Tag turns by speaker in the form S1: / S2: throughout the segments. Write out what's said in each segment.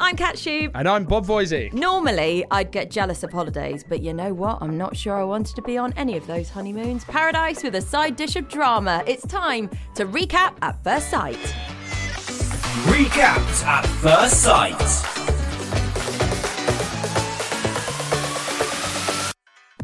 S1: I'm Kat Shoup.
S2: And I'm Bob Voisey.
S1: Normally, I'd get jealous of holidays, but you know what? I'm not sure I wanted to be on any of those honeymoons. Paradise with a side dish of drama. It's time to recap at first sight.
S3: Recapped at first sight.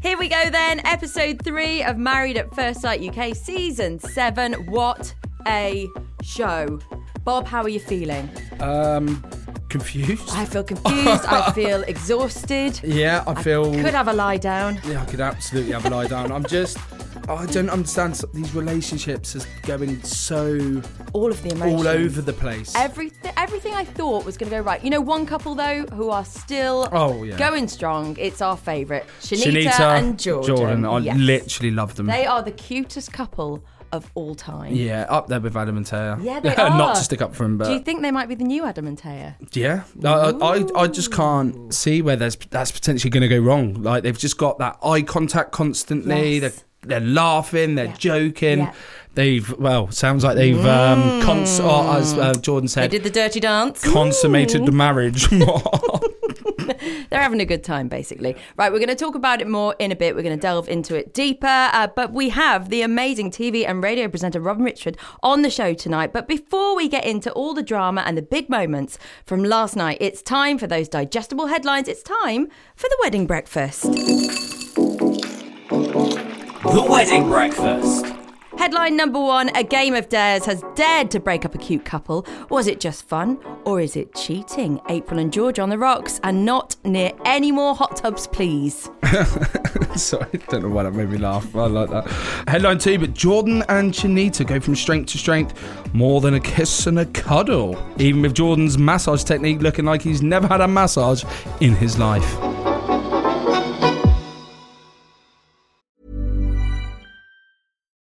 S1: Here we go then, episode three of Married at First Sight UK, season seven. What a show! Bob, how are you feeling?
S2: Um, confused?
S1: I feel confused. I feel exhausted.
S2: yeah, I feel.
S1: Could have a lie down.
S2: yeah, I could absolutely have a lie down. I'm just. I don't understand s- these relationships as going so
S1: All of the emotions.
S2: all over the place.
S1: Everything, everything I thought was going to go right. You know, one couple though who are still
S2: Oh, yeah.
S1: going strong. It's our favourite, Shanita,
S2: Shanita
S1: and Jordan.
S2: I
S1: Yes.
S2: literally love them.
S1: they are the cutest couple of all time.
S2: yeah, up there with Adam and Taya.
S1: Yeah, they
S2: Not
S1: are.
S2: to stick up for him, but
S1: Do you think they might be the new Adam and Taya?
S2: Yeah, I, I, I- I just can't see where there's that's potentially going to go wrong. Like they've just got that eye contact constantly.
S1: Yes.
S2: They're they're laughing, they're
S1: Yeah.
S2: joking.
S1: Yeah. Mm.
S2: They've well, sounds like they've um, cons- or as uh, Jordan
S1: They
S2: said,
S1: did the dirty dance.
S2: consummated the marriage.
S1: They're having a good time, basically. Right, we're going to talk about it more in a bit. We're going to delve into it deeper. Uh, but we have the amazing TV and radio presenter Robin Richard on the show tonight. But before we get into all the drama and the big moments from last night, it's time for those digestible headlines. It's time for the wedding breakfast.
S3: The wedding breakfast.
S1: Headline number one A game of dares has dared to break up a cute couple. Was it just fun or is it cheating? April and George on the rocks and not near any more hot tubs, please.
S2: Sorry, don't know why that made me laugh. I like that. Headline two, but Jordan and Chinita go from strength to strength, more than a kiss and a cuddle. Even with Jordan's massage technique looking like he's never had a massage in his life.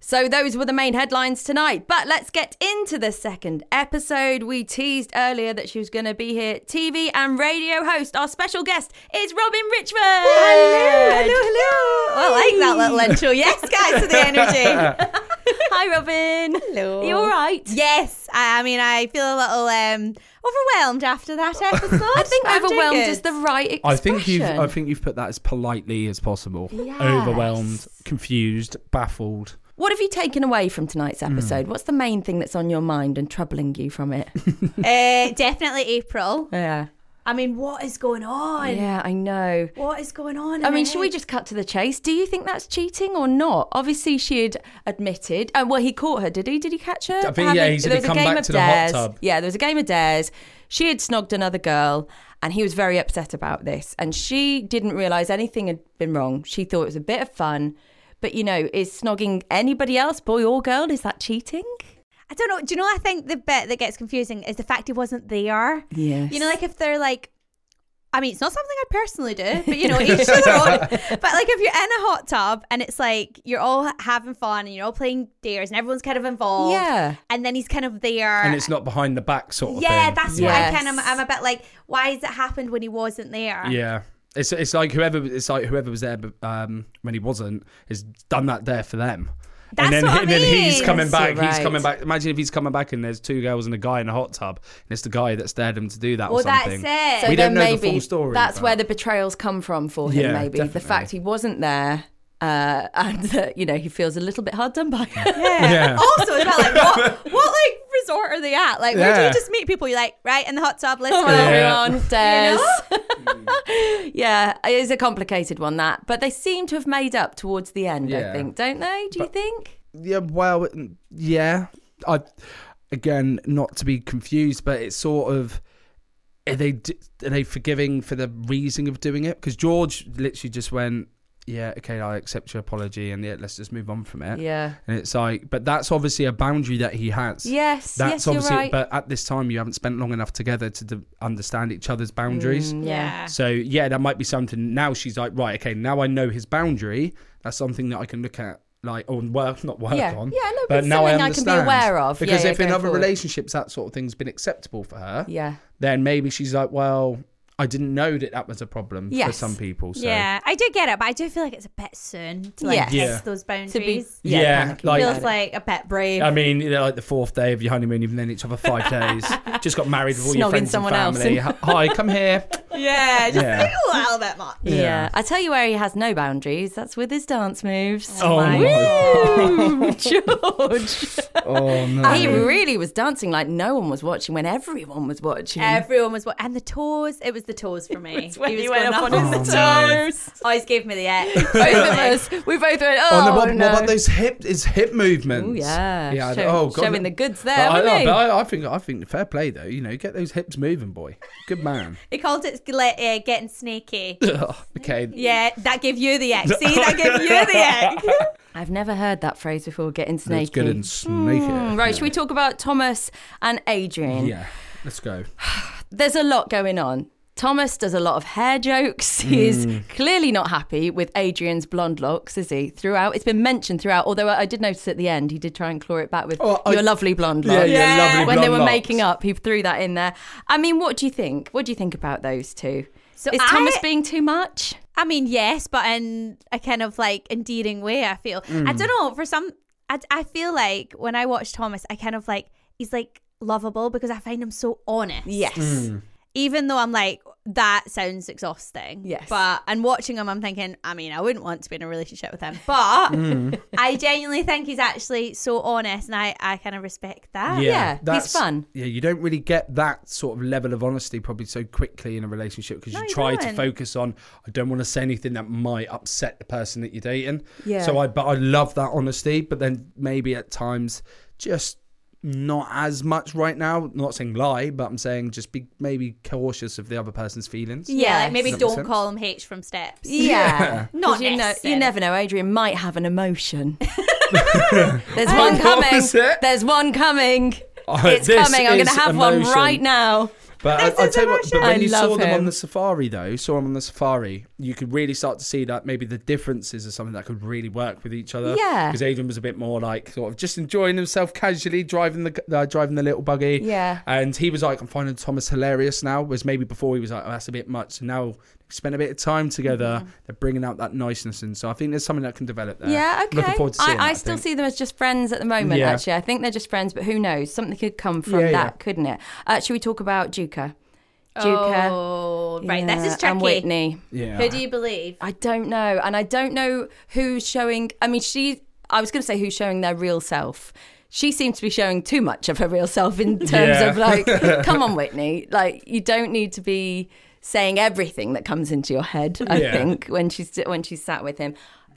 S1: So those were the main headlines tonight. But let's get into the second episode. We teased earlier that she was going to be here. TV and radio host, our special guest is Robin Richmond. Hello, hello, hello.
S4: Oh,
S1: I like that little intro. Yes, guys, to the energy. Hi, Robin. Hello. Are you all right?
S4: Yes, I, I mean I feel a little um, overwhelmed after that episode.
S1: I think
S4: I'm doing
S1: overwhelmed
S4: good.
S1: is the right expression.
S2: I think you've I think you've put that as politely as possible. Overwhelmed, confused, baffled.
S1: What have you taken away from tonight's
S2: Hmm.
S1: episode? What's the main thing that's on your mind and troubling you from it?
S4: uh, definitely April.
S1: yeah.
S4: I mean, what is going on?
S1: Yeah, I know.
S4: What is going on?
S1: I mean, should we just cut to the chase? Do you think that's cheating or not? Obviously, she had admitted. Uh, well, he caught her, did he? Did he catch her?
S2: I think, yeah, he said
S1: there
S2: he
S1: was a
S2: come
S1: game
S2: back
S1: of
S2: to the hot
S1: dares.
S2: tub.
S1: Yeah, there was a game of dares. She had snogged another girl, and he was very upset about this. And she didn't realise anything had been wrong. She thought it was a bit of fun. But, you know, is snogging anybody else, boy or girl, is that cheating?
S4: I don't know. Do you know? I think the bit that gets confusing is the fact he wasn't there.
S1: Yes.
S4: You know, like if they're like. I mean, it's not something I'd personally do, but you know, each to their own. But like, if you're in a hot tub and it's like you're all having fun and you're all playing dares and everyone's kind of involved,
S1: Yeah.
S4: and then he's kind of there,
S2: And it's not behind the back sort of
S4: yeah,
S2: thing.
S4: that's
S1: Yes.
S4: what I kind of. I'm a bit like, why has it happened when he wasn't there?
S2: Yeah. It's, it's like whoever it's like whoever was there but, um, when he wasn't has done that there for them.
S4: That's
S2: and then,
S4: what I
S2: and then he's
S4: mean.
S2: coming back.
S1: You're
S2: He's coming
S1: right.
S2: back. Imagine if he's coming back and there's two girls and a guy in a hot tub, and it's the guy that's dared him to do that or
S4: Well, Oh, that's
S2: something.
S4: it. So
S2: we
S1: then
S2: don't know
S1: maybe
S2: the full story.
S1: That's
S2: but-
S1: where the betrayals come from for him.
S2: Yeah,
S1: maybe the
S2: definitely.
S1: fact he wasn't there, uh, and that you know he feels a little bit hard done by.
S2: Yeah.
S4: Also, as well, like, what, what like resort are they at? Like, where do
S2: Yeah.
S4: you just meet people? You're like, right in the hot tub. Let's go.
S2: Yeah.
S1: Everyone dares. yeah, it is a complicated one that, but they seem to have made up towards the end.
S2: Yeah.
S1: I think, don't they? Do you think?
S2: yeah, well, it- yeah. I again, not to be confused, but it's sort of are they d- are they forgiving for the reason of doing it? Because George literally just went. yeah, okay, I accept your apology, and yeah, let's just move on from it.
S1: Yeah.
S2: And it's like, but that's obviously a boundary that he has.
S1: Yes,
S2: That's
S1: yes, you're
S2: obviously,
S1: right.
S2: but at this time, you haven't spent long enough together to d- understand each other's boundaries.
S1: Yeah.
S2: So yeah, that might be something. Now she's like, right, okay, now I know his boundary. That's something that I can look at, like, or work, not work
S1: Yeah.
S2: on.
S1: Yeah, no, but
S2: but now I
S1: something I can be
S2: understand.
S1: aware of. Yeah,
S2: Because
S1: yeah,
S2: if in
S1: going
S2: other
S1: forward.
S2: relationships that sort of thing's been acceptable for her,
S1: Yeah.
S2: then maybe she's like, well, I didn't know that that was a problem for
S1: Yes.
S2: some people. So.
S4: Yeah, I do get it, but I do feel like it's a bit soon to like
S1: Yes.
S4: test
S2: Yeah.
S4: those
S1: To be,
S4: boundaries.
S2: Yeah,
S1: panicky
S2: like-
S1: about
S4: Feels
S1: it.
S4: like a bit brave.
S2: I mean, you know, like the fourth day of your honeymoon, you've known each other five days, just got married with all
S1: Snogging
S2: your friends
S1: someone
S2: and
S1: else
S2: family.
S1: and-
S2: Hi, come here.
S4: yeah, just
S2: Yeah.
S4: like a little bit much.
S1: Yeah. I tell you where he has no boundaries. That's with his dance moves.
S2: Oh my
S1: Woo, George.
S2: Oh no.
S1: he really was dancing like no one was watching when everyone was watching.
S4: Everyone was what, and the toes. It was the toes for me.
S1: when he
S4: going
S1: went up on
S2: Oh,
S1: his
S4: toes. Always gave me the X.
S1: both of us, we both went,
S2: Oh,
S1: oh,
S2: no, what,
S1: no.
S2: what about those hip? Is hip movements?
S1: Ooh, yeah.
S2: yeah. I-
S1: Show-
S2: oh, God,
S1: showing
S2: no.
S1: the goods there,
S2: But I,
S1: wasn't
S2: I-
S1: he?
S2: but I, I think I think fair play though. You know, get those hips moving, boy. Good man.
S4: He called it like, uh, getting snaky.
S2: okay.
S4: Yeah, that gave you the X. See, that gave you the X.
S1: I've never heard that pphrase before, getting snaky.
S2: That's good and sneaky.
S1: Mm, Right, should we talk about Thomas and Adrian?
S2: Yeah. Let's go.
S1: There's a lot going on. Thomas does a lot of hair jokes. He's
S2: Hmm.
S1: clearly not happy with Adrian's blonde locks, is he? Throughout, it's been mentioned throughout. Although I I did notice at the end, he did try and claw it back with
S2: Oh, I-
S1: your lovely blonde
S2: Yeah,
S1: locks.
S2: your Yeah. lovely
S1: When they
S2: blonde
S1: were
S2: locks.
S1: making up, he threw that in there. I mean, what do you think? What do you think about those two?
S4: So
S1: is
S4: I-
S1: Thomas being too much?
S4: I mean, yes, but in a kind of like endearing way. I feel. I don't know. For some, I, I feel like when I watch Thomas, I kind of like he's like lovable because I find him so honest. Even though I'm like that sounds exhausting.
S1: Yes.
S4: But and watching him, I'm thinking. I mean, I wouldn't want to be in a relationship with him, but I genuinely think he's actually so honest, and I I kind of respect that.
S1: yeah, he's
S2: that's-
S1: fun.
S2: Yeah, you don't really get that sort of level of honesty probably so quickly in a relationship because
S4: No,
S2: you
S4: you
S2: try to
S4: don't.
S2: focus on I don't want to say anything that might upset the person that you're dating.
S1: Yeah.
S2: So I but I love that honesty, but then maybe at times just not as much right now. not saying lie, but I'm saying just be maybe cautious of the other person's feelings.
S4: Yeah, like
S1: Yes.
S4: maybe
S2: Does that make
S4: don't
S2: sense?
S4: call him H from Steps.
S1: Yeah.
S4: Not
S1: 'Cause you know,
S4: necessary.
S1: you never know. Adrian might have an emotion. There's one
S2: What
S1: coming.
S2: was it?
S1: There's one coming.
S2: Oh,
S1: It's
S2: this
S1: coming. I'm going to
S2: is
S1: have one
S2: emotion.
S1: right now.
S2: But I, I tell you what, but when
S1: I
S2: you
S1: love
S2: saw them
S1: him.
S2: on the safari, though, saw them on the safari, you could really start to see that maybe the differences are something that could really work with each other.
S1: Yeah.
S2: because Adrian was a bit more like sort of just enjoying himself casually, driving the uh, driving the little buggy.
S1: Yeah.
S2: and he was like, "I'm finding Thomas hilarious now." Whereas maybe before he was like, "Oh, that's a bit much." So now they spent a bit of time together.
S1: Mm-hmm.
S2: They're bringing out that niceness, and so I think there's something that can develop there.
S1: Yeah, okay.
S2: Looking forward to seeing
S1: I,
S2: that,
S1: I still
S2: think.
S1: see them as just friends at the moment,
S2: Yeah.
S1: actually. I think they're just friends, but who knows? Something could come from
S2: Yeah,
S1: that,
S2: yeah.
S1: couldn't it? Uh, should we talk about Duca? Duca.
S4: Oh, right.
S1: yeah,
S4: This is tricky.
S1: And Whitney.
S2: Yeah.
S4: Who do you believe?
S1: I don't know. And I don't know who's showing. I mean, she. I was going to say who's showing their real self. She seems to be showing too much of her real self in terms
S2: Yeah.
S1: of like, come on, Whitney. Like, you don't need to be saying everything that comes into your head. I
S2: Yeah.
S1: think when she's when she's sat with him,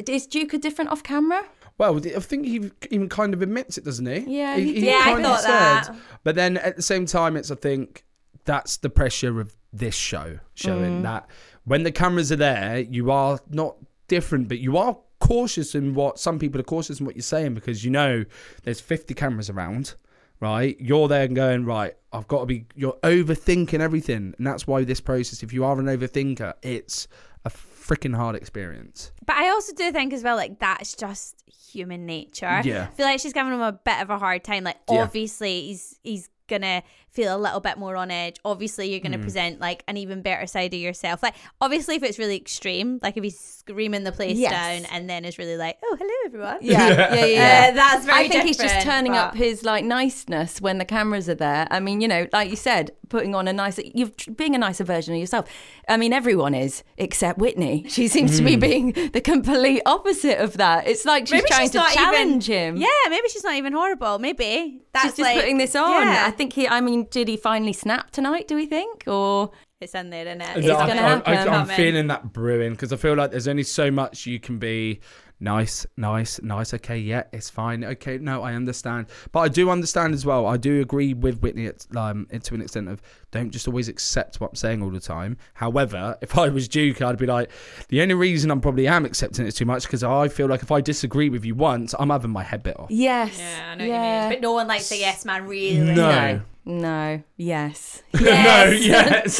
S1: is Duca different off camera?
S2: Well, I think he even kind of admits it, doesn't he?
S1: Yeah,
S2: he,
S1: he
S2: he
S1: did. Yeah, I
S2: kind of
S4: thought that.
S2: said. But then at the same time, it's I think that's the pressure of this show showing
S1: Mm.
S2: that when the cameras are there, you are not different, but you are cautious in what some people are cautious in what you're saying because you know there's 50 cameras around. Right, you're there and going right. I've got to be. You're overthinking everything, and that's why this process. If you are an overthinker, it's a freaking hard experience.
S4: But I also do think as well, like that's just human nature.
S2: Yeah.
S4: I feel like she's giving him a bit of a hard time. Like
S2: Yeah.
S4: obviously he's he's gonna feel a little bit more on edge. Obviously you're gonna
S2: Mm.
S4: present like an even better side of yourself. Like obviously if it's really extreme, like if he's screaming the place
S1: Yes.
S4: down and then is really like, Oh, hello everyone.
S1: Yeah, yeah, yeah.
S4: Yeah.
S1: yeah.
S4: Uh, that's very
S1: I think he's just
S4: different,
S1: turning
S4: but-
S1: up his like niceness when the cameras are there. I mean, you know, like you said, putting on a nicer, you've being a nicer version of yourself. I mean, everyone is except Whitney. She seems to be
S2: Hmm.
S1: being the complete opposite of that. It's like she's trying to challenge
S4: even,
S1: him.
S4: Yeah, maybe she's not even horrible. Maybe. That's
S1: She's just
S4: like-
S1: putting this on.
S4: Yeah.
S1: I think he. I mean, did he finally snap tonight? Do we think? Or
S4: it's in there, isn't it?
S1: It's
S2: I-
S1: gonna
S2: I-
S1: happen.
S2: I, am
S4: Coming.
S2: feeling that brewing because I feel like there's only so much you can be nice, nice, nice. Okay, yeah, it's fine. Okay, no, I understand. But I do understand as well. I do agree with Whitney at, um, to an extent of don't just always accept what I'm saying all the time. However, if I was Duke, I'd be like, the only reason I'm probably am accepting it too much because I feel like if I disagree with you once, I'm having my head bit off.
S1: Yes.
S4: Yeah, I know what you mean. But no one likes the yes man, really.
S2: No.
S1: No. Yes.
S2: Yes.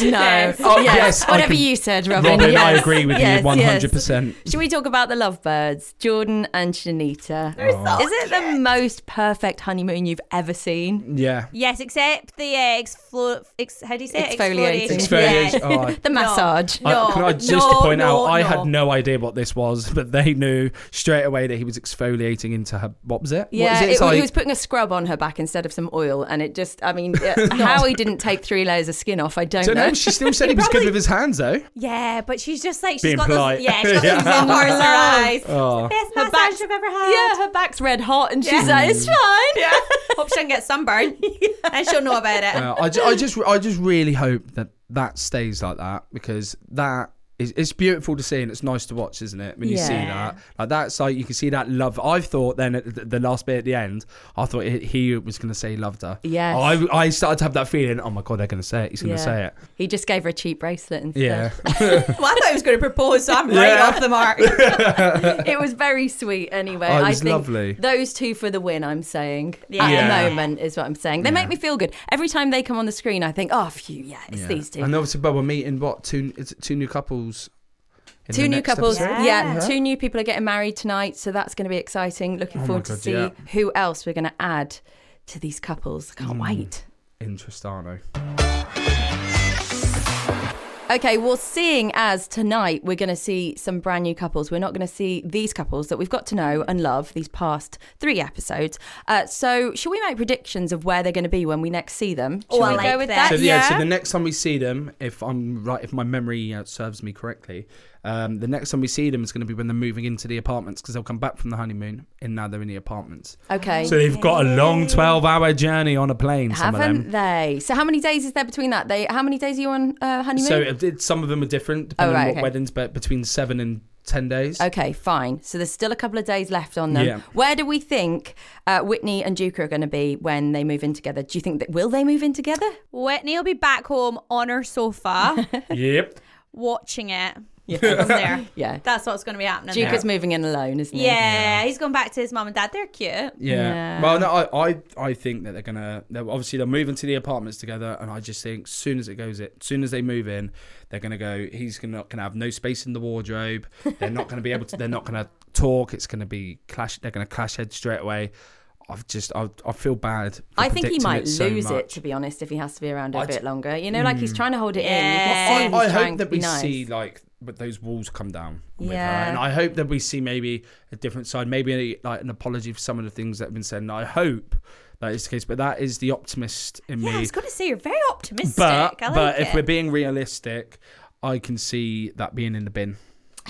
S1: no.
S4: Yes.
S2: Oh, yes, I
S1: Whatever
S2: can-
S1: you said, Robin.
S2: Robin, I
S1: yes.
S2: agree with
S1: Yes,
S2: you
S1: yes.
S2: 100%.
S1: Should we talk about the lovebirds, Jordan and Shanita?
S2: Oh.
S4: so
S1: Is it the most perfect honeymoon you've ever seen?
S2: Yeah.
S4: Yes, except the uh, exflo- ex- how do you say it?
S1: Exfoliating.
S2: Exfoliation.
S4: Yeah.
S2: Oh, I-
S1: The massage.
S2: I-
S4: No,
S2: can I just
S4: no,
S2: point out,
S4: no,
S2: I
S4: no.
S2: had no idea what this was, but they knew straight away that he was exfoliating into her. What was it?
S1: Yeah,
S2: what is it?
S1: it,
S2: It's
S1: wa- he
S2: like-
S1: was putting a scrub on her back instead of some oil, and it just, I mean, uh, how he didn't take three layers of skin off, I don't,
S2: don't
S1: know.
S2: know. She still said he, was good with his hands, though.
S4: Yeah, but she's just like she's
S2: Being
S4: got
S2: polite.
S4: those. Yeah, she's got those
S2: Yeah.
S4: long horse eyes.
S2: Oh.
S4: Best
S1: Her
S4: massage
S1: back's-
S4: I've ever had.
S1: yeah, her back's red hot, and she's like, it's fine.
S4: Yeah. Hope she doesn't get sunburn. And she'll know about it.
S2: Well, Uh, I, ju- I just, I just really hope that that stays like that because that is, it's beautiful to see and it's nice to watch, isn't it? When you see
S1: Yeah.
S2: that, like that's like you can see that love. I thought then at the- the last bit at the end, I thought he- he was going to say he loved her.
S1: Yes.
S2: I, I started to have that feeling. Oh my god, they're going to say it. He's going to
S1: Yeah.
S2: say it.
S1: He just gave her a cheap bracelet instead.
S2: Yeah.
S4: Well, I thought he was going to propose, so I'm right
S2: Yeah.
S4: off the mark.
S1: it was very sweet anyway.
S2: Oh, it
S1: I
S2: was
S1: think
S2: lovely.
S1: those two for the win, I'm saying. At
S4: Yeah.
S1: the moment is what I'm saying. They make me feel good. Every time they come on the screen, I think, oh, phew, yeah, it's these two.
S2: And obviously, but we're meeting what two is it two new couples. in
S1: Two
S2: the
S1: new
S2: next
S1: couples,
S2: episode?
S1: yeah. Two new people are getting married tonight, so that's going to be exciting. Looking
S2: Oh my
S1: forward to
S2: God,
S1: see
S2: yeah.
S1: who else we're going to add to these couples. I
S2: Hmm.
S1: can't wait.
S2: Interestano.
S1: Okay, well, seeing as tonight we're going to see some brand new couples, we're not going to see these couples that we've got to know and love these past three episodes. Uh, so, should we make predictions of where they're going to be when we next see them?
S2: Oh,
S1: Shall
S4: I
S1: we
S4: like
S1: go with
S4: that.
S1: that?
S2: So yeah. So
S4: yeah.
S2: the next time we see them, if I'm right, if my memory uh, serves me correctly, um, the next time we see them is going to be when they're moving into the apartments because they'll come back from the honeymoon and now they're in the apartments.
S1: Okay.
S2: So they've got a long twelve-hour journey on a plane. some of
S1: Haven't
S2: them.
S1: they? So, how many days is there between that? They how many days are you on uh, honeymoon?
S2: So it, it- some of them are different depending
S1: Oh,
S2: on
S1: right,
S2: what
S1: okay.
S2: weddings, but between seven and ten days.
S1: Okay, fine. So there's still a couple of days left on them.
S2: Yeah.
S1: Where do we think uh, Whitney and Duke are going to be when they move in together? Do you think that will they move in together?
S4: Whitney will be back home on her sofa
S2: Yep.
S4: watching it. From there.
S1: Yeah.
S4: That's what's going to be happening.
S1: Duke
S4: there.
S1: is moving in alone, isn't he?
S4: Yeah, he's going back to his mum and dad. They're cute.
S2: Yeah.
S1: Yeah.
S2: Well, no, I, I, I think that they're gonna. They're, obviously, they'll move into the apartments together, and I just think soon as it goes, it soon as they move in, they're gonna go. He's gonna not gonna have no space in the wardrobe. They're not gonna be able to. They're not gonna talk. It's gonna be clash. They're gonna clash heads straight away. I've just. I, I feel bad. for
S1: I think he
S2: predicting
S1: might
S2: it so
S1: lose it,
S2: much.
S1: to be honest, if he has to be around a
S2: I d-
S1: bit longer. You know, like he's trying to hold it
S4: Yeah.
S1: in. You can see
S2: I, I
S1: he's trying
S2: hope
S1: to
S2: that we
S1: be nice.
S2: see like but those walls come down with her
S1: Yeah.
S2: and i hope that we see maybe a different side maybe like an apology for some of the things that have been said and i hope that is the case but that is the optimist in
S4: Yeah, I
S2: me
S4: was going to say, you're very optimistic.
S2: but
S4: I like
S2: but
S4: it.
S2: if we're being realistic i can see that being in the bin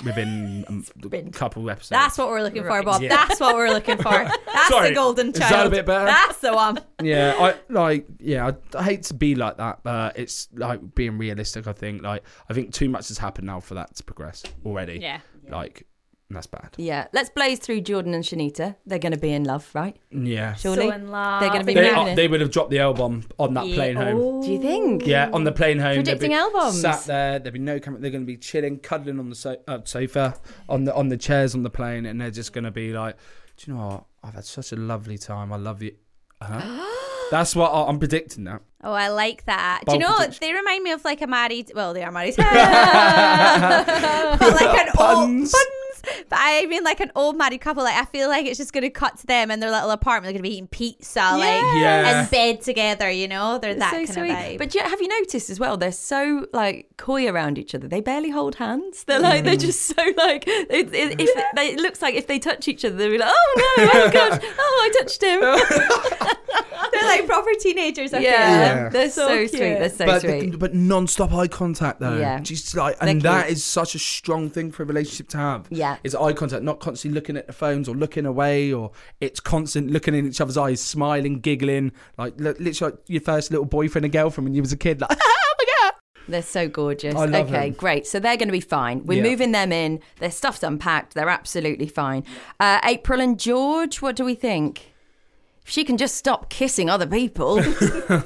S2: within um, a couple episodes
S4: That's what we're looking for, Bob.
S2: Yeah.
S4: That's what we're looking for. That's
S2: Sorry.
S4: the golden
S2: Is
S4: child.
S2: that a bit better?
S4: That's the one.
S2: yeah i like yeah I, I hate to be like that but it's like being realistic i think like i think too much has happened now for that to progress already
S4: Yeah.
S2: like and that's bad
S1: Yeah, let's blaze through Jordan and Shanita. They're going to be in love, right?
S2: yeah
S1: Surely
S4: in love.
S1: they're going to be
S2: They,
S1: married.
S2: uh, they would have dropped the L bomb on that plane home.
S1: Do you think?
S2: Yeah, on the plane home. they'd
S1: Oh. Predicting
S2: be
S1: L bombs.
S2: Sat there. There'd be no camera. They're going to be chilling, cuddling on the so- uh, sofa, on the on the chairs on the plane, and they're just going to be like, "Do you know what? I've had such a lovely time. I love you." Huh? That's what I- I'm predicting now.
S4: Oh, I like that. Do you
S2: Bold
S4: know
S2: prediction.
S4: they remind me of like a married? Well, they are married, but like an old
S2: Puns.
S4: puns. But I mean, like an old married couple. Like I feel like it's just going to cut to them in their little apartment. They're going to be eating pizza, like
S2: Yeah.
S4: in bed together. You know, they're that kind of vibe.
S1: But yeah, have you noticed as well? They're so like coy around each other. They barely hold hands. They're like
S2: Hmm.
S1: they're just so like it, it, if they, it looks like if they touch each other, they're like, oh no, oh gosh, oh I touched him.
S4: they're like proper teenagers. I
S1: yeah.
S4: feel.
S2: Yeah.
S1: they're so,
S4: So
S1: sweet.
S4: cute.
S1: They're so
S2: but
S1: sweet.
S2: the- but non-stop eye contact though.
S1: Yeah.
S2: Just like
S1: They're
S2: and that
S1: cute.
S2: is such a strong thing for a relationship to have.
S1: Yeah.
S2: It's eye contact, not constantly looking at the phones or looking away or it's constant looking in each other's eyes, smiling, giggling, like li- literally like your first little boyfriend and girlfriend when you was a kid like
S1: They're so gorgeous.
S2: I love
S1: okay,
S2: them.
S1: great. So they're going to be fine. We're
S2: Yeah.
S1: moving them in. Their stuff's unpacked. They're absolutely fine. Uh, April and George, what do we think? If she can just stop kissing other people for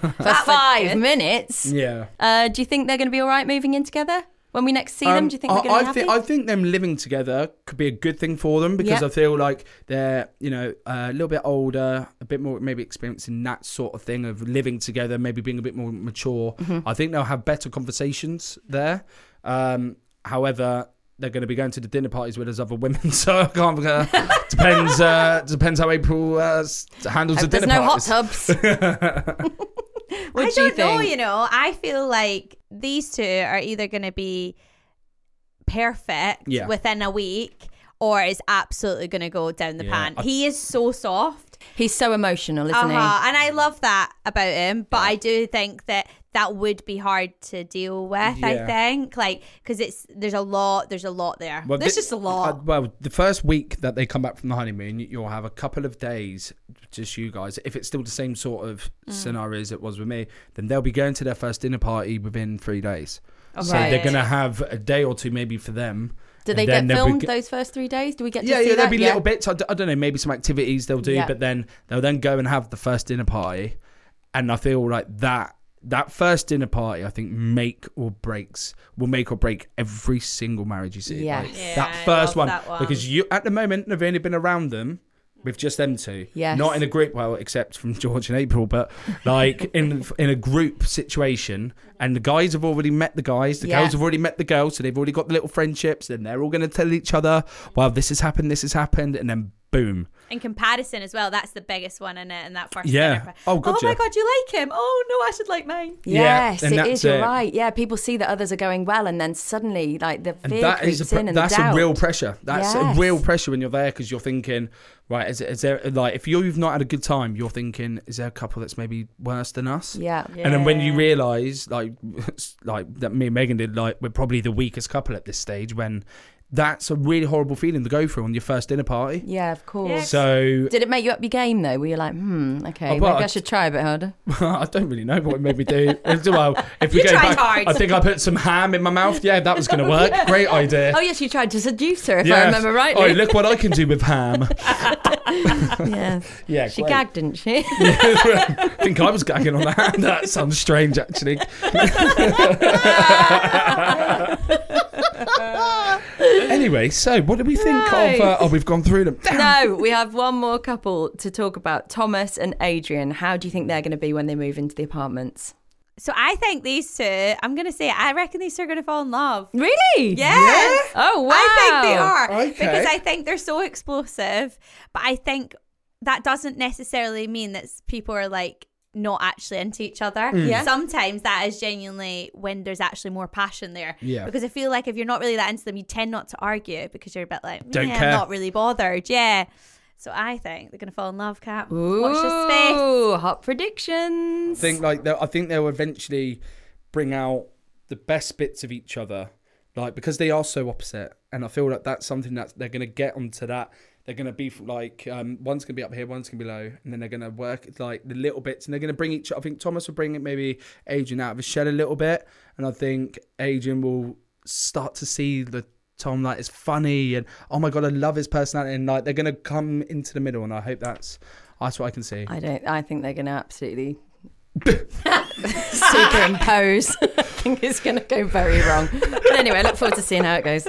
S1: five minutes,
S2: Yeah.
S1: uh, do you think they're going to be all right moving in together? When we next see them,
S2: Um,
S1: do you think
S2: I,
S1: they're going to be
S2: I
S1: happy?
S2: think I think them living together could be a good thing for them
S1: Yep.
S2: because I feel like they're you know a little bit older, a bit more maybe experiencing that sort of thing of living together, maybe being a bit more mature.
S1: Mm-hmm.
S2: I think they'll have better conversations there. Um, however. They're going to be going to the dinner parties with us other women, so I can't. Uh, depends. Uh, depends how April uh, s- handles the
S1: Hope there's
S2: dinner
S1: no hot
S2: parties.
S1: tubs.
S4: I
S1: What do
S4: don't
S1: you
S4: know,
S1: think?
S4: you know. I feel like these two are either going to be perfect
S2: Yeah.
S4: within a week or is absolutely going to go down the
S2: Yeah,
S4: pan.
S2: I-
S4: he is so soft.
S1: He's so emotional, isn't
S4: Uh-huh. And I love that about him, but I do think that that would be hard to deal with,
S2: Yeah.
S4: I think. Like cuz it's there's a lot, there's a lot there. there's
S2: thi-
S4: just a lot.
S2: uh, well, the first week that they come back from the honeymoon, you- you'll have a couple of days, just you guys. If it's still the same sort of scenario as it was with me, then they'll be going to their first dinner party within three days. So they're
S1: Right.
S2: going to have a day or two maybe for them.
S1: he? Do
S2: and
S1: they
S2: then
S1: get
S2: they'll be
S1: filmed
S2: g-
S1: those first three days? Do we get to
S2: yeah,
S1: see
S2: yeah,
S1: that?
S2: there'll be little bits. I, d- I don't know, maybe some activities they'll do,
S1: Yeah.
S2: but then they'll then go and have the first dinner party, and I feel like that that first dinner party, I think, make or breaks will make or break every single marriage you see.
S1: Yes.
S2: Like,
S1: Yeah,
S2: that
S4: I
S2: first
S4: love
S2: one,
S4: that one.
S2: because you at the moment have only been around them. With just them two,
S1: Yes.
S2: not in a group. Well, except from George and April, but like in in a group situation, and the guys have already met the guys. The
S1: Yeah.
S2: girls have already met the girls, so they've already got the little friendships. Then they're all going to tell each other, "Well, this has happened, this has happened," and then boom.
S4: in comparison as well, that's the biggest one in it and that first
S2: Yeah.
S4: dinner.
S2: Oh,
S4: oh my
S2: gotcha.
S4: god, you like him. Oh no, I should like mine.
S2: Yeah,
S1: Yes,
S2: and
S1: it
S2: that's
S1: is. You're
S2: it.
S1: right. Yeah, people see that others are going well, and then suddenly, like the
S2: And
S1: fear
S2: that
S1: creeps
S2: is a
S1: in
S2: pre-
S1: and
S2: that's
S1: the
S2: a
S1: doubt.
S2: real pressure. That's
S1: Yes.
S2: a real pressure when you're there because you're thinking, right? Is, is there like if you've not had a good time, you're thinking, is there a couple that's maybe worse than us?
S1: Yeah.
S2: And then when you realise, like, like that me and Megan did, like we're probably the weakest couple at this stage. When that's a really horrible feeling to go through on your first dinner party.
S1: Yeah, of course.
S2: So
S1: Did it make you up your game though? Were you like, hmm, okay,
S2: Oh, well,
S1: maybe I
S2: I-
S1: should try a bit harder?
S2: I don't really know what it made me do. well, if we
S4: You
S2: go
S4: tried
S2: back,
S4: hard.
S2: I think I put some ham in my mouth. Yeah, that was going to work. Great idea.
S1: Oh yes, you tried to seduce her, if
S2: Yeah.
S1: I remember rightly.
S2: Oh, look what I can do with ham.
S1: yeah,
S2: Yeah,
S1: she
S2: great.
S1: gagged, didn't she?
S2: I think I was gagging on that. That sounds strange, actually. anyway, so what do we think
S1: Right.
S2: of? Uh, oh, we've gone through them.
S1: no, we have one more couple to talk about: Thomas and Adrian. How do you think they're going to be when they move into the apartments?
S4: So I think these two, I'm going to say, I reckon these two are going to fall in love.
S1: Really?
S4: Yeah.
S1: Oh wow.
S4: I think they are.
S2: Okay.
S4: Because I think they're so explosive. But I think that doesn't necessarily mean that s- people are like not actually into each other.
S2: Mm.
S1: Yeah.
S4: Sometimes that is genuinely when there's actually more passion there.
S2: Yeah.
S4: Because I feel like if you're not really that into them, you tend not to argue because you're a bit like,
S2: Don't
S4: "Yeah,
S2: care."
S4: I'm not really bothered. Yeah. So I think they're going to fall in love, Kat.
S1: Ooh,
S4: Watch this space.
S1: hot predictions.
S2: think like they'll- I think they'll eventually bring out the best bits of each other, like because they are so opposite, and I feel like that's something that they're gonna get onto that. They're gonna be like um, one's gonna be up here, one's gonna be low, and then they're gonna work like the little bits, and they're gonna bring each. I think Thomas will bring it maybe Adrian out of his shell a little bit, and I think Adrian will start to see the Tom like is funny and oh my god, I love his personality, and like they're gonna come into the middle, and I hope that's that's what I can see.
S1: I don't. I think they're going to absolutely superimpose. I think it's going to go very wrong. But anyway, I look forward to seeing how it goes.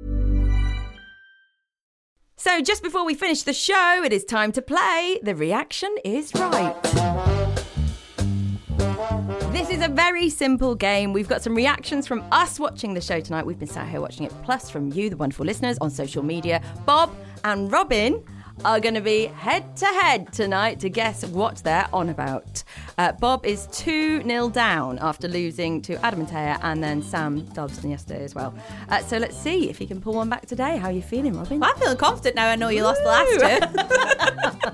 S1: So, just before we finish the show, it is time to play The Reaction is Right. This is a very simple game. We've got some reactions from us watching the show tonight. We've been sat here watching it, plus from you, the wonderful listeners, on social media. Bob and Robin are going to be head to head tonight to guess what they're on about. Uh, Bob is 2 0 down after losing to Adam and Taya and then Sam Dobson yesterday as well. Uh, so let's see if he can pull one back today. How are you feeling, Robin?
S4: Well, I'm feeling confident now. I know you lost the last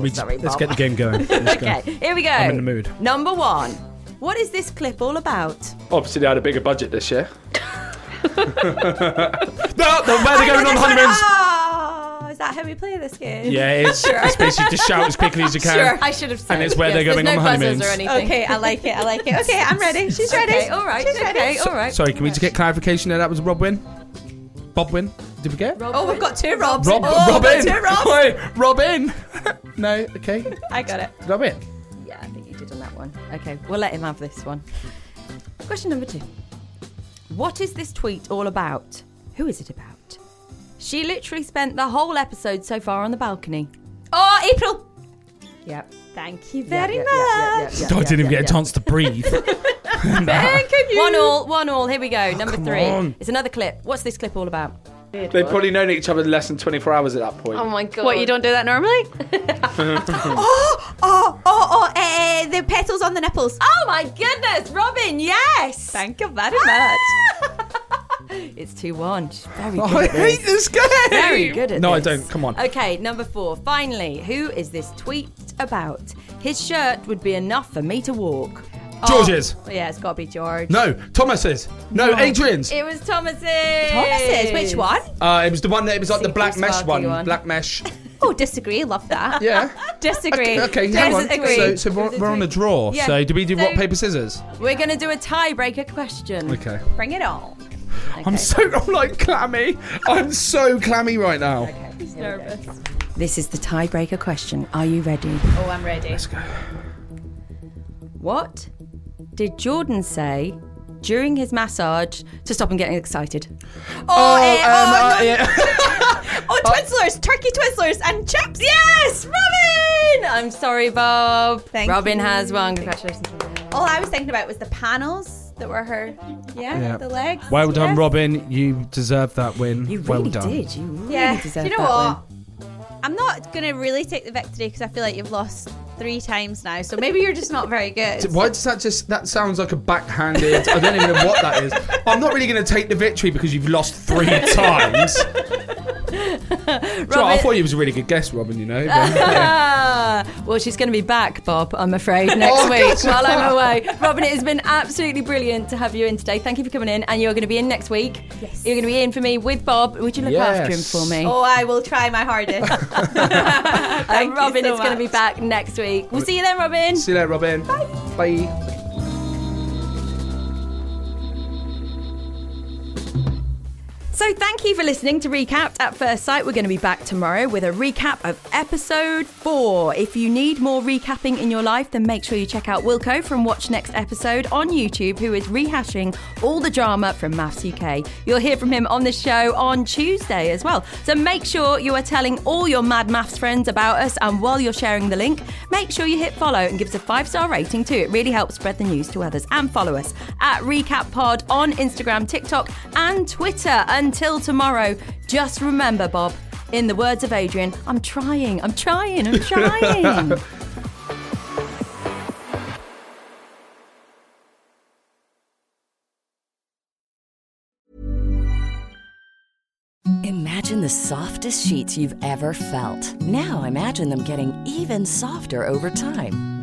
S2: we just- let's get the game going. Let's go.
S1: Oh, Okay, here we go.
S2: I'm in the mood.
S1: Number one. What is this clip all about?
S5: Obviously, they had a bigger budget this year. no, no, where they going on honeymoons?
S1: Ah,
S4: oh, is that how we play this game?
S2: Yeah, it's, it's basically just shout as quickly as you can.
S1: I should have said.
S2: And it's where they're going
S1: there's
S2: on
S1: no buzzers
S2: honeymoons.
S1: or anything.
S4: Okay, I like it. I like it. Okay, I'm ready. She's ready.
S1: Okay, Oh. all right.
S4: She's ready.
S1: Okay, all right.
S2: Sorry, can we just get clarification that that was Rob win? Bob win? Did we get?
S4: Oh, we've got two Robs.
S2: Rob,
S4: oh,
S2: Robin!
S4: We've got two Robs.
S2: Wait, Robin! no, okay.
S4: I got it.
S2: Robin.
S1: Yeah, I think you did on that one. Okay, we'll let him have this one. Question number two. What is this tweet all about? Who is it about? She literally spent the whole episode so far on the balcony.
S4: Oh, April.
S1: Yep.
S4: Thank you very
S1: yeah,
S4: much.
S1: yeah, yeah, yeah,
S2: I
S1: yeah,
S2: didn't even
S1: yeah,
S2: get a
S1: yeah.
S2: chance to breathe.
S1: One all, one all. Here we go. Number
S2: come
S1: three.
S2: on.
S1: It's another clip. What's this clip all about?
S5: They've probably known each other less than 24 hours at that point.
S1: Oh my god.
S4: What, you don't do that normally? oh, oh, oh, oh, eh, eh, the petals on the nipples.
S1: Oh my goodness, Robin, yes!
S4: Thank you very much.
S1: It's 2 1. She's very good.
S2: I
S1: at this.
S2: hate this game!
S1: Very good at
S2: No,
S1: this.
S2: I don't. Come on.
S1: Okay, number four. Finally, who is this tweet about? His shirt would be enough for me to walk. Oh,
S2: George's.
S4: Well, yeah, it's got to be George.
S2: No, Thomas's. No, Adrian's.
S1: It was Thomas's.
S4: Thomas's, which one?
S2: Uh, it was the one that it was like the
S1: See,
S2: black
S1: who's
S2: mesh
S1: sparky
S2: one.
S1: one?
S2: Black mesh.
S4: Oh, disagree. Love that.
S2: Yeah.
S4: Disagree.
S2: Okay, hang on.
S4: disagree.
S2: So, so we're, we're on a draw.
S1: Yeah.
S2: So do we do
S1: So-
S2: rock, paper, scissors?
S1: We're going to do a tiebreaker question.
S2: Okay.
S4: Bring it on.
S2: I'm so, I'm like clammy. I'm so clammy right now.
S1: This is the tiebreaker question. Are you ready?
S4: Oh, I'm ready.
S1: What did Jordan say during his massage to stop him getting excited?
S4: Oh, eh, oh,
S2: uh,
S4: no.
S2: yeah.
S4: oh, Twizzlers, turkey Twizzlers, and chips.
S1: Yes, Robin! I'm sorry, Bob.
S4: Thank
S1: Robin
S4: you.
S1: has one. Congratulations.
S4: All I was thinking about was the panels that were her. Yeah,
S2: Yeah.
S4: the legs.
S2: Well done,
S4: yes.
S2: Robin. You deserve that win.
S1: You
S2: well
S1: really
S2: done.
S1: did. You really
S4: Yeah.
S1: deserved
S4: Do you know
S1: that
S4: what?
S1: one.
S4: I'm not gonna really take the victory because I feel like you've lost three times now. So maybe you're just not very good.
S2: Why does that just? That sounds like a backhanded. I don't even know what that is. I'm not really going to take the victory because you've lost three times. Do you know what? I
S1: Robin-
S2: thought you was a really good guess, Robin. You know. but- yeah.
S1: Ah, well, she's going to be back, Bob, I'm afraid, next
S2: Oh,
S1: week
S2: God.
S1: while I'm away. Robin, it has been absolutely brilliant to have you in today. Thank you for coming in, and you're going to be in next week. Yes. You're going to be in for me with Bob. Would you look
S2: Yes.
S1: after him for me?
S4: Oh, I will try my hardest.
S1: and
S4: Thank you
S1: Robin
S4: so
S1: is going to be
S4: much.
S1: back next week. We'll see you then, Robin.
S2: See you later, Robin. Bye.
S1: So, thank you for listening to Recapped at First Sight. We're going to be back tomorrow with a recap of episode four. If you need more recapping in your life, then make sure you check out Wilco from Watch Next Episode on YouTube, who is rehashing all the drama from Maths UK. You'll hear from him on the show on Tuesday as well. So, make sure you are telling all your Mad Maths friends about us. And while you're sharing the link, make sure you hit follow and give us a five star rating too. It really helps spread the news to others. And follow us at Recap Pod on Instagram, TikTok, and Twitter. Until tomorrow, just remember, Bob, in the words of Adrian, I'm trying, I'm trying, I'm trying.
S6: Imagine the softest sheets you've ever felt. Now imagine them getting even softer over time.